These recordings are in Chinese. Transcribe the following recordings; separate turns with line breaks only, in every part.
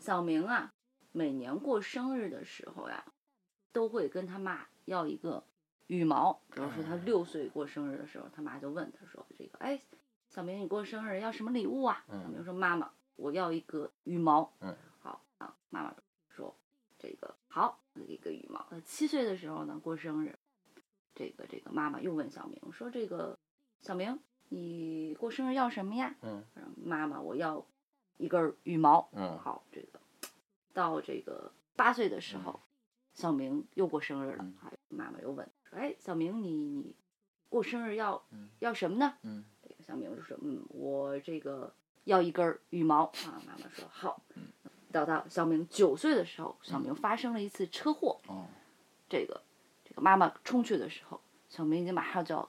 小明啊，每年过生日的时候呀、都会跟他妈要一个羽毛。比如说他
哎
六岁过生日的时候，他妈就问他说：“这个，哎，小明，你过生日要什么礼物啊？”
嗯
小明说：“妈妈，我要一个羽毛。”
嗯，
好啊，妈妈说：“这个好，给一个羽毛。”呃，七岁的时候呢，过生日，这个这个妈妈又问小明说：“这个小明，你过生日要什么呀？”
嗯
他说妈妈，我要一根儿羽毛。
嗯
好，这个到这个八岁的时候，小明又过生日了
嗯，
哎，妈妈又问说，哎，小明你你过生日要、
嗯
要什么呢？
嗯
这个小明就说，嗯，我这个要一根儿羽毛啊。妈妈说好。
嗯
到到小明九岁的时候，小明发生了一次车祸，
哦
这个这个妈妈冲去的时候，小明已经马上就要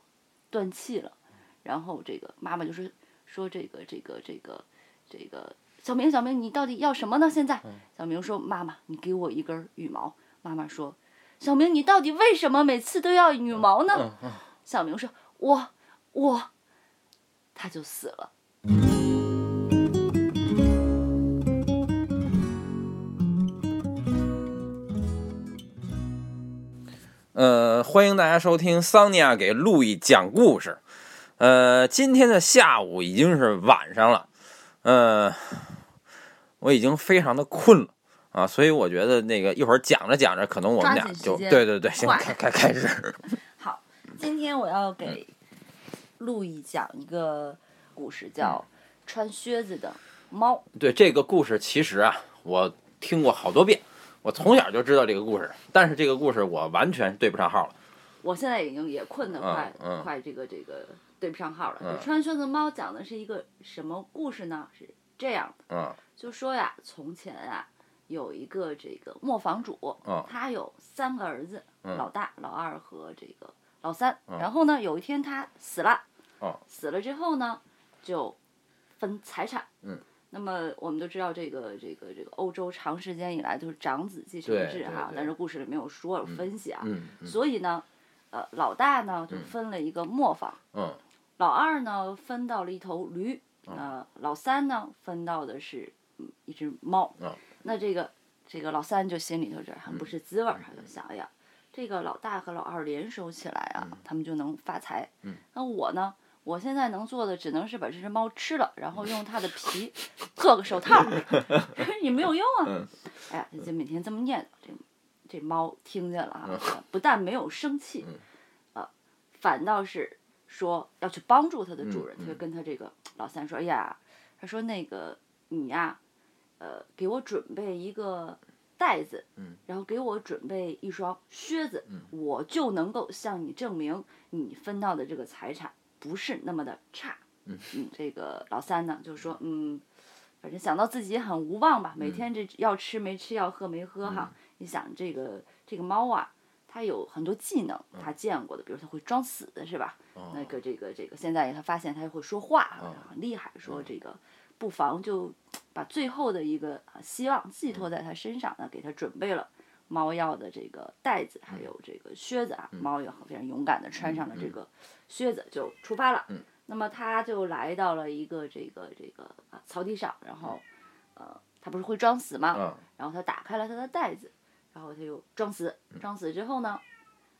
断气了，然后这个妈妈就说说这个这个这个这个小明小明你到底要什么呢？现在
嗯
小明说妈妈你给我一根羽毛，妈妈说小明你到底为什么每次都要羽毛呢？
嗯嗯
小明说：“我我。”他就死了。
呃，欢迎大家收听桑尼亚给路易讲故事。呃，今天的下午已经是晚上了，呃，我已经非常的困了啊，所以我觉得那个一会儿讲着讲着，可能我
抓
们俩
紧时
就
间
对对对，行，
快
开开开始。
好，今天我要给路易讲一个故事，叫《穿靴子的猫》。
对这个故事，其实啊，我听过好多遍，我从小就知道这个故事，但是这个故事我完全对不上号了。
我现在已经也困得快、
嗯嗯
快这个这个对不上号了。
嗯
就穿靴子猫讲的是一个什么故事呢？是这样的，
嗯
就说呀，从前啊，有一个这个磨坊主，
嗯
他有三个儿子，
嗯
老大、老二和这个老三。
嗯
然后呢，有一天他死了，
哦
死了之后呢，就分财产。
嗯。
那么我们都知道，这个这个这个欧洲长时间以来都是长子继承
对
制
对
哈，
对
但是故事里没有说有分析啊。
嗯嗯
所以呢，呃，老大呢就
嗯
分了一个磨坊，
嗯
老二呢分到了一头驴，
嗯
呃，老三呢分到的是嗯一只猫。
嗯
那这个这个老三就心里头这很不是滋味儿，
嗯
他就想哎呀，这个老大和老二联手起来啊，他们就能发财。
嗯
那我呢？我现在能做的只能是把这只猫吃了，然后用它的皮刻个手套儿， 也没有用啊。
嗯
哎呀，就每天这么念叨，这这猫听见了啊，不但没有生气，
嗯
呃，反倒是说要去帮助它的主人，
嗯
它就跟它这个老三说：“哎呀，他说那个你呀、呃，给我准备一个袋子，
嗯
然后给我准备一双靴子，
嗯
我就能够向你证明你分到的这个财产不是那么的差。
嗯
这个老三呢，就说，嗯，反正想到自己也很无望吧，每天这要吃没吃，要喝没喝哈。你想这个这个猫啊，它有很多技能，它见过的，比如它会装死，是吧？
哦
那个这个这个，现在他发现他会说话，
哦
很厉害。说这个，不妨就把最后的一个啊希望寄
嗯
托在他身上呢，给他准备了猫要的这个袋子，还
嗯
有这个靴子啊。猫也很非常勇敢的穿上了这个靴子，就出发
嗯
了。那么他就来到了一个这个这个啊草地上，然后呃，他不是会装死吗？
嗯
然后他打开了他的袋子，然后他又装死，装死之后呢，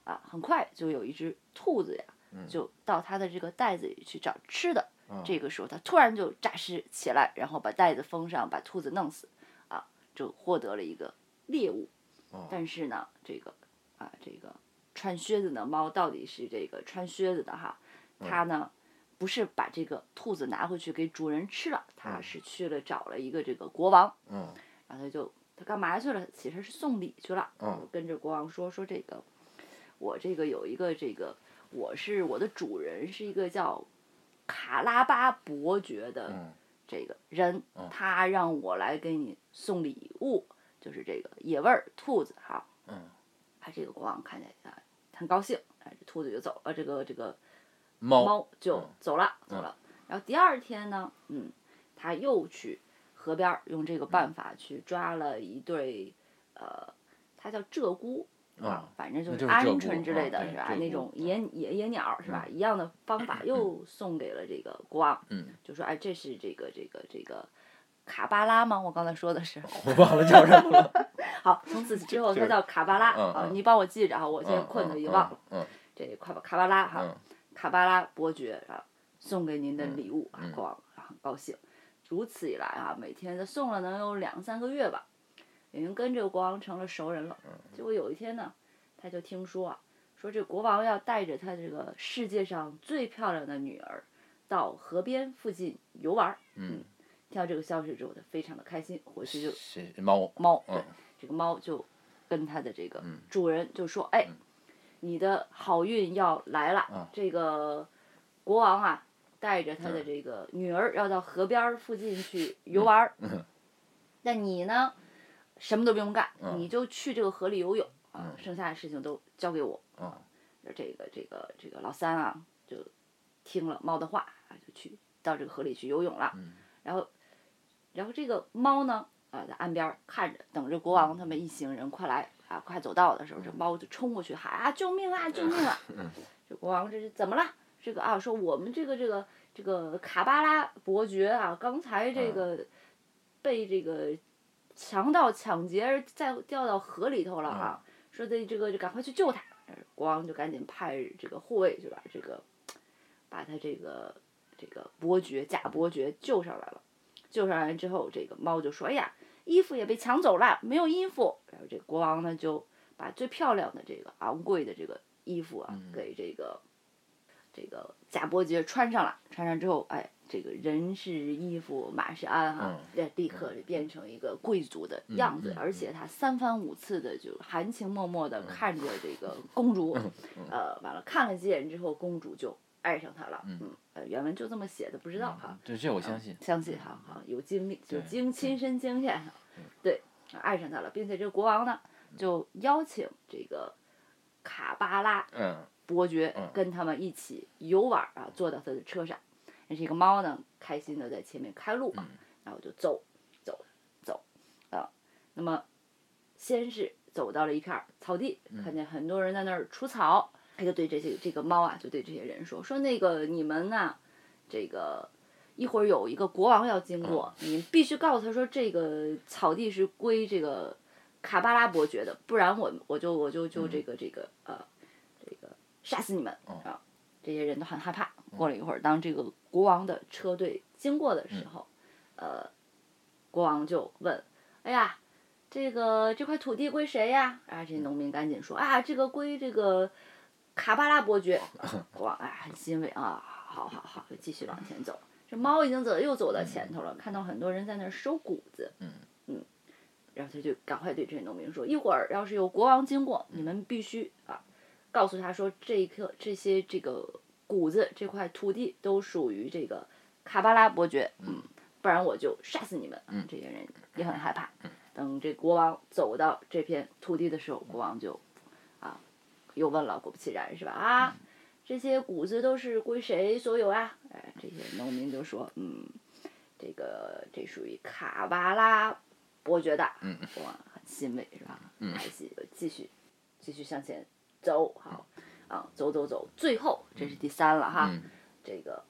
啊，很快就有一只兔子呀，就到他的这个袋子里去找吃的。
嗯
这个时候他突然就诈尸起来，然后把袋子封上，把兔子弄死，啊，就获得了一个猎物。
哦
但是呢，这个啊，这个穿靴子的猫到底是这个穿靴子的哈，它呢不是把这个兔子拿回去给主人吃了，它是去了找了一个这个国王。
嗯
然后他就他干嘛去了？其实是送礼去了。
嗯
就跟着国王说说这个，我这个有一个这个，我是我的主人是一个叫卡拉巴伯爵的
嗯
这个人，
嗯
他让我来给你送礼物，就是这个野味儿兔子哈。
嗯，
啊，这个国王看见啊，很高兴，哎，这兔子就走了，这个这个
猫
猫就
嗯
走了，走了。然后第二天呢，嗯，他又去河边儿用这个办法去抓了一对，呃，它叫鹧鸪啊
啊，
反正就
那就是是
阿
鹧
灵
鸪
鹑之类的
啊
是
对
吧
鹧？鸪
那种野野野鸟是吧？一样的方法又送给了这个国王，
嗯
就说哎，这是这个这个这个卡巴拉吗？我刚才说的是。
我忘了叫什么了。
好，从此之 后它叫卡巴拉
嗯
啊，
嗯
你帮我记着啊，我今天
嗯
困的
嗯
也忘了。
嗯嗯
这卡巴卡巴拉哈，
嗯
卡巴拉伯爵啊送给您的礼物啊
嗯，
国王啊很高兴。如此一来啊，每天他送了能有两三个月吧，已经跟这个国王成了熟人了。
嗯
结果有一天呢，他就听说啊，说这国王要带着他这个世界上最漂亮的女儿到河边附近游玩儿。
嗯，
听到这个消息之后，他非常的开心，回去就
谁猫？
猫，
嗯
对，这个猫就跟它的这个
嗯
主人就说：“哎，你的好运要来了，
啊
这个国王啊，带着他的这个女儿要到河边儿附近去游玩儿。
嗯嗯嗯
那你呢，什么都不用干，
嗯
你就去这个河里游泳啊，
嗯
剩下的事情都交给我。
嗯
这个这个这个老三啊，就听了猫的话啊，就去到这个河里去游泳了。
嗯
然后，然后这个猫呢，啊、在岸边儿看着，等着国王他们一行人快来啊，快走到的时候，这猫就冲过去喊啊，救命啊，救命啊！这国王这是怎么了？这个啊，说我们这个这个这个卡巴拉伯爵啊，刚才这个被这个强盗抢劫，再掉到河里头了啊，说得这个就赶快去救他。国王就赶紧派这个护卫就把这个，把他这个这个伯爵假伯爵救上来了。救上来之后，这个猫就说：“哎呀，衣服也被抢走了，没有衣服。”然后这国王呢就把最漂亮的这个昂贵的这个衣服啊，
嗯
给这个这个假伯爵穿上了。穿上之后，哎，这个人是衣服，马是鞍哈、
嗯
这立刻就变成一个贵族的样子，
嗯嗯嗯
而且他三番五次的就含情脉脉的看着这个公主，呃，完了看了几眼之后，公主就爱上他了。
嗯
呃，原文就这么写的，不知道哈。
对，这我相信。
相信哈，啊，有经历，有
对嗯
经亲身经验哈，对，爱上他了，并且这个国王呢，就邀请这个卡巴拉
嗯
伯爵
嗯
跟他们一起游玩儿啊，坐到他的车上，那这个猫呢，开心的在前面开路啊，然后就走，走，走，啊，那么先是走到了一片儿草地，看见很多人在那儿除草，他就对这些这个猫啊，就对这些人说，说那个你们呐、这个。一会儿有一个国王要经过，你们必须告诉他说这个草地是归这个卡巴拉伯爵的，不然我我就我就就这个这个呃这个杀死你们
哦
啊！这些人都很害怕。过了一会儿，当这个国王的车队经过的
嗯
时候，呃，国王就问：“哎呀，这个这块土地归谁呀？”啊，
嗯
这农民赶紧说：“啊，这个归这个卡巴拉伯爵。”
哦
国王哎很欣慰啊，好好好，就继续往前走。这猫已经走又走到前头了，看到很多人在那儿收谷子，
嗯
然后他就赶快对这些农民说：“一会儿要是有国王经过，你
嗯
们必须啊，告诉他说这一刻这些这个谷子这块土地都属于这个卡巴拉伯爵，嗯，不然我就杀死你们。”嗯，这些人也很害怕。
嗯
等这国王走到这片土地的时候，国王就啊又问了，果不其然是吧？啊，
嗯
这些谷子都是归谁所有啊？哎，这些农民就说：“嗯，这个这属于卡巴拉伯爵的。”
嗯，
哇，很欣慰是吧？
嗯
开心，继续继续向前走，好啊，走走走，最后这是第三了哈。
嗯
这个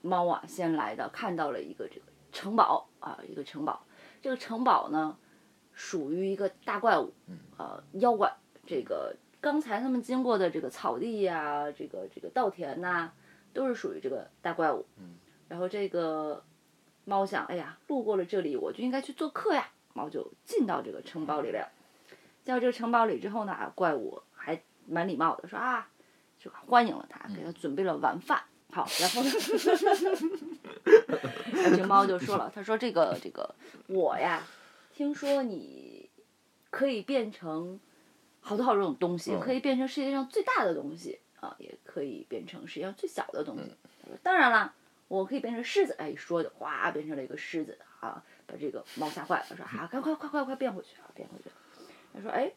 猫啊，先来的看到了一个这个城堡啊，一个城堡。这个城堡呢，属于一个大怪物，啊，妖怪。这个刚才他们经过的这个草地呀、这个这个稻田呐、都是属于这个大怪物。然后这个猫想，哎呀，路过了这里，我就应该去做客呀。猫就进到这个城堡里了。进到这个城堡里之后呢，啊怪物还蛮礼貌的，说啊，就欢迎了他，给他准备了晚饭。好，然后呢，然后这猫就说了，他说这个这个我呀，听说你可以变成好多好多种东西，
嗯
可以变成世界上最大的东西啊，也可以变成世界上最小的东西。他说当然啦，我可以变成狮子，哎，一说就哗变成了一个狮子啊，把这个猫吓坏了，说啊，快快快快快变回去啊，变回去。他说哎，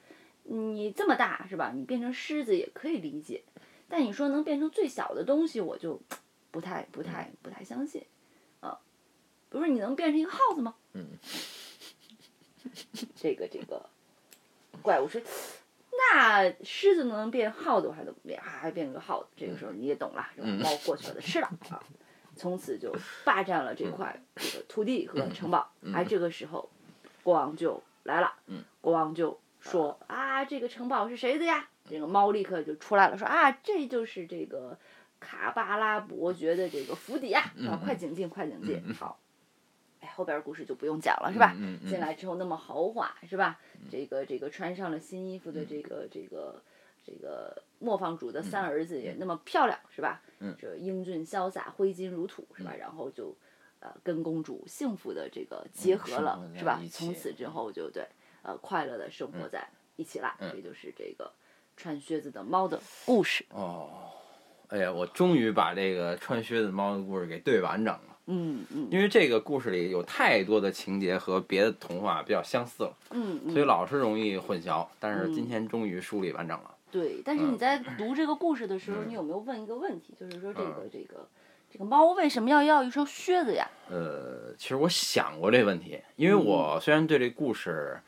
你这么大是吧？你变成狮子也可以理解，但你说能变成最小的东西，我就不太不太不太相信啊。不是你能变成一个耗子吗？
嗯，
这个这个怪物说。那狮子能变耗子，我还能变，还变成个耗子。这个时候你也懂了，然后猫过去把它吃了啊。从此就霸占了这块这个土地和城堡。而这个时候，国王就来了，国王就说啊，这个城堡是谁的呀？这个猫立刻就出来了，说啊，这就是这个卡巴拉伯爵的这个府邸啊，啊，快请进，快请进，好。哎，后边故事就不用讲了，是吧？
嗯嗯
进来之后那么豪华，是吧？这个这个穿上了新衣服
嗯
的这个这个这个磨坊主的三儿子也那么漂亮，是吧？
嗯
这英俊潇洒，挥金如土，是吧？然后就呃跟公主幸福的这个结合了，
嗯生活在
是吧
一？起嗯
从此之后就对呃快乐的生活在一起啦。这就是这个穿靴子的猫的故事。
哦，哎呀，我终于把这个穿靴子猫的故事给对完整了，
嗯嗯
因为这个故事里有太多的情节和别的童话比较相似了，
嗯
所以
嗯，
老是容易混淆。但是
嗯
今天终于梳理完整了。
对。但是你
嗯
在读这个故事的时候，
嗯
你有没有问一个问题？就是说这个
嗯
这个这个猫为什么要要一双靴子呀？
呃，其实我想过这问题，因为我虽然对这故事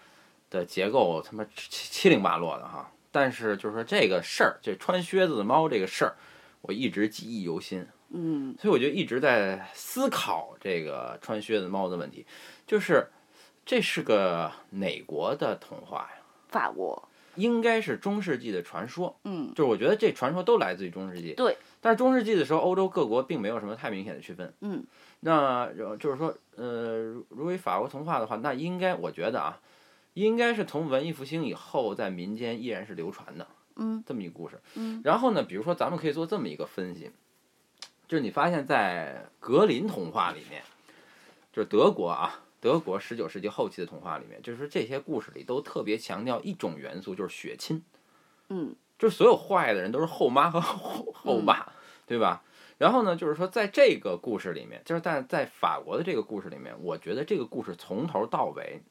的结构他妈七七零八落的哈，但是就是说这个事儿，这穿靴子的猫这个事儿，我一直记忆犹新，
嗯
所以我就一直在思考这个穿靴子猫的问题，就是这是个哪国的童话呀？
法国，
应该是中世纪的传说，
嗯
就是我觉得这传说都来自于中世纪。
对，
但是中世纪的时候，欧洲各国并没有什么太明显的区分。
嗯
那呃就是说，呃，如如果以法国童话的话，那应该我觉得啊，应该是从文艺复兴以后，在民间依然是流传的
嗯
这么一个故事。
嗯
然后呢，比如说咱们可以做这么一个分析，就是你发现，在格林童话里面，就是德国啊，德国十九世纪后期的童话里面，就是这些故事里都特别强调一种元素，就是血亲。
嗯
就是所有坏的人都是后妈和后后爸，对吧？然后呢，就是说在这个故事里面，就是在在法国的这个故事里面，我觉得这个故事从头到尾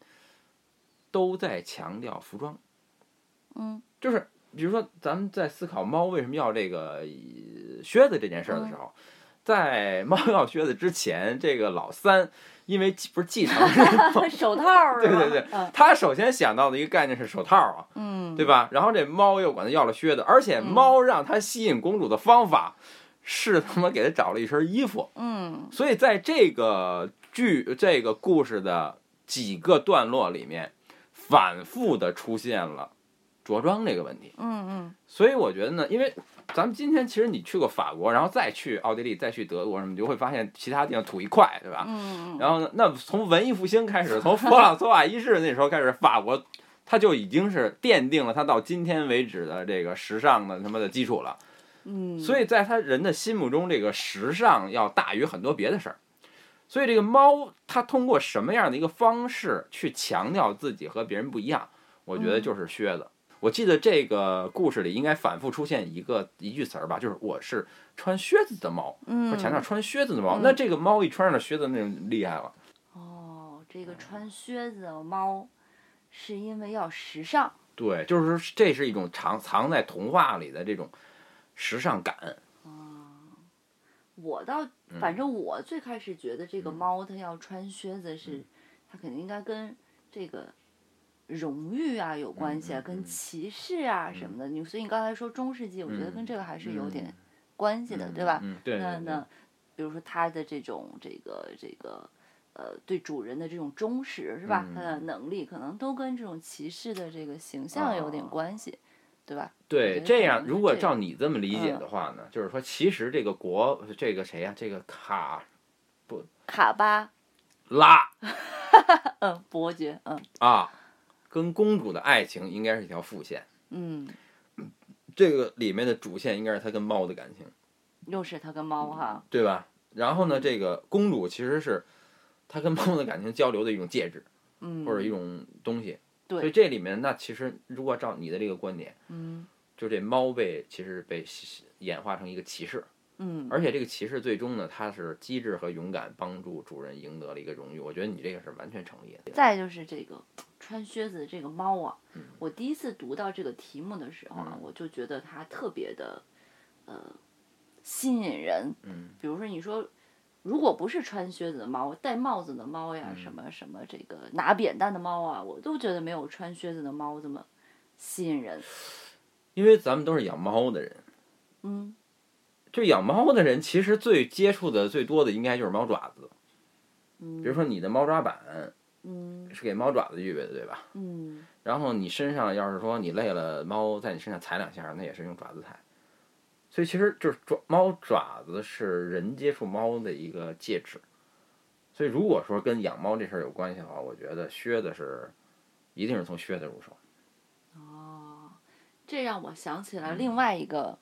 都在强调服装，
嗯
就是比如说咱们在思考猫为什么要这个呃靴子这件事儿的时候。在猫要靴子之前，这个老三因为继不是继承人吗，
手套儿是吧？
对对对
嗯
他首先想到的一个概念是手套啊，
嗯，
对吧？然后这猫又管他要了靴子，而且猫让他吸引公主的方法是他妈给他找了一身衣服。
嗯
所以在这个剧、这个故事的几个段落里面，反复的出现了着装这个问题。
嗯嗯
所以我觉得呢，因为咱们今天其实你去过法国，然后再去奥地利，再去德国什么，你就会发现其他地方土一块，对吧？
嗯嗯，
啊然后呢，那从文艺复兴开始，从弗朗索瓦一世那时候开始，法国它就已经是奠定了它到今天为止的这个时尚的他妈的基础了。
嗯，
所以在他人的心目中，这个时尚要大于很多别的事儿。所以这个猫，它通过什么样的一个方式去强调自己和别人不一样？我觉
嗯
得就是靴子。我记得这个故事里应该反复出现一个一句词儿吧，就是我是穿靴子的猫，
嗯
它强调穿靴子的猫。
嗯
那这个猫一穿上了靴子，那就厉害了。
哦，这个穿靴子的猫是因为要时尚，
对，就是说这是一种藏藏在童话里的这种时尚感。
嗯我倒反
嗯
正我最开始觉得这个猫它要穿靴子是，
嗯
它肯定应该跟这个。荣誉啊，有关系啊，
嗯嗯
跟
嗯
骑士啊什么的，你所以你刚才说中世纪，我觉得
嗯
跟这个还是有点
嗯
关系的，对吧？
嗯，对
那
对对
那，比如说它的这种这个这个呃对主人的这种忠实是吧？它的
嗯
能力可能都跟这种骑士的这个形象有点
哦
关系，对吧？我
对
觉得
这
可
样，
能是
如果
这样嗯
照你这么理解的话呢，就是说，其实这个国，这个谁呀、这个卡
卡巴，
拉
嗯，伯爵，嗯
啊，跟公主的爱情应该是一条副线。
嗯，
这个里面的主线应该是他跟猫的感情，
又是他跟猫哈，
对吧？然后
嗯
呢，这个公主其实是他跟猫的感情交流的一种介质
嗯，
或者一种东西。
对
所以这里面，那其实如果照你的这个观点。
嗯
就这猫被其实被演化成一个骑士，
嗯
而且这个骑士最终呢，他是机智和勇敢，帮助主人赢得了一个荣誉。我觉得你这个是完全成立的。嗯
再就是这个穿靴子的这个猫啊，我第一次读到这个题目的时候啊，我就觉得它特别的呃吸引人。
嗯，
比如说你说。如果不是穿靴子的猫、戴帽子的猫呀，
嗯
什么什么这个拿扁担的猫啊，我都觉得没有穿靴子的猫这么吸引人。
因为咱们都是养猫的人，
嗯，
就养猫的人，其实最接触的最多的应该就是猫爪子。
嗯，
比如说你的猫抓板
嗯
是给猫爪子预备的，对吧？
嗯
然后你身上要是说你累了，猫在你身上踩两下，那也是用爪子踩。所以其实就是爪猫爪子是人接触猫的一个介质。所以如果说跟养猫这事儿有关系的话，我觉得靴子是一定是从靴子入手。
哦，这让我想起了
嗯
另外一个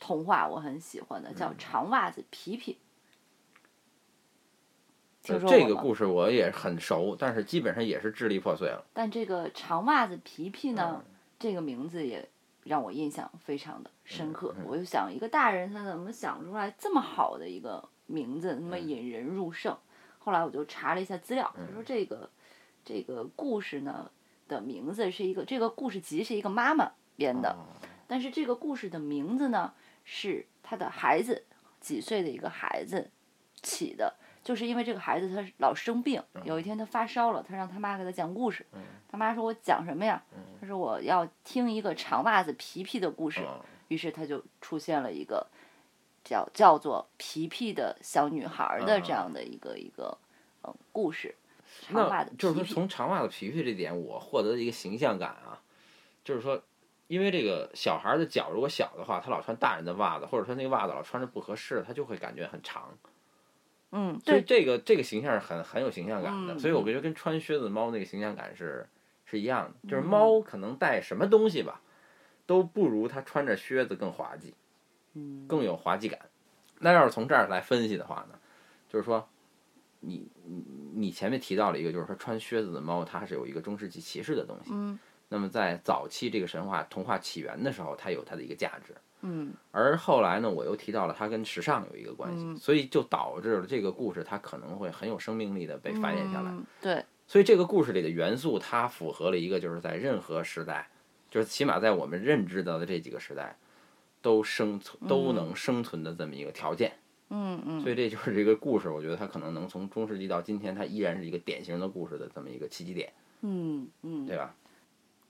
童话，我很喜欢的叫《长袜子皮皮》，
呃
听说过
这个
吗
故事我也很熟，但是基本上也是支离破碎了。
但这个长袜子皮皮呢，这个名字也让我印象非常的深刻。
嗯嗯嗯
我就想，一个大人他怎么想出来这么好的一个名字，那么
嗯
引人入胜？后来我就查了一下资料，他说这个这个故事呢的名字是一个这个故事集是一个妈妈编的，
哦
但是这个故事的名字呢是他的孩子几岁的一个孩子起的，就是因为这个孩子他老生病，
嗯
有一天他发烧了，他让他妈给他讲故事，他妈说我讲什么呀？
嗯
他说我要听一个长袜子皮皮的故事，
哦
于是他就出现了一个叫叫做皮皮的小女孩儿的
嗯嗯
这样的一个一个嗯故事，长袜
那
子皮
就是说，
皮，
从长袜子皮皮这点，我获得的一个形象感啊，就是说，因为这个小孩的脚如果小的话，他老穿大人的袜子，或者说那个袜子老穿着不合适，他就会感觉很长。
嗯，
所以
对，
这个这个形象是很很有形象感的。
嗯
所以我觉得跟穿靴子猫那个形象感是是一样的，就是
嗯
猫可能带什么东西吧，都不如它穿着靴子更滑稽。
嗯
更有滑稽感。那要是从这儿来分析的话呢，就是说，你你你前面提到了一个，就是说穿靴子的猫，它是有一个中世纪骑士的东西。
嗯
那么在早期这个神话童话起源的时候，它有它的一个价值。
嗯
而后来呢，我又提到了它跟时尚有一个关系，
嗯
所以就导致了这个故事它可能会很有生命力的被繁衍下来。
嗯对，
所以这个故事里的元素，它符合了一个就是在任何时代，就是起码在我们认知到的这几个时代，都生存都能生存的这么一个条件。
嗯嗯。
所以这就是这个故事，我觉得它可能能从中世纪到今天，它依然是一个典型的故事的这么一个契机点，
嗯，嗯，
对吧？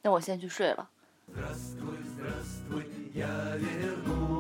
那我先去睡了。
Здравствуй, здравствуй, я вернулся.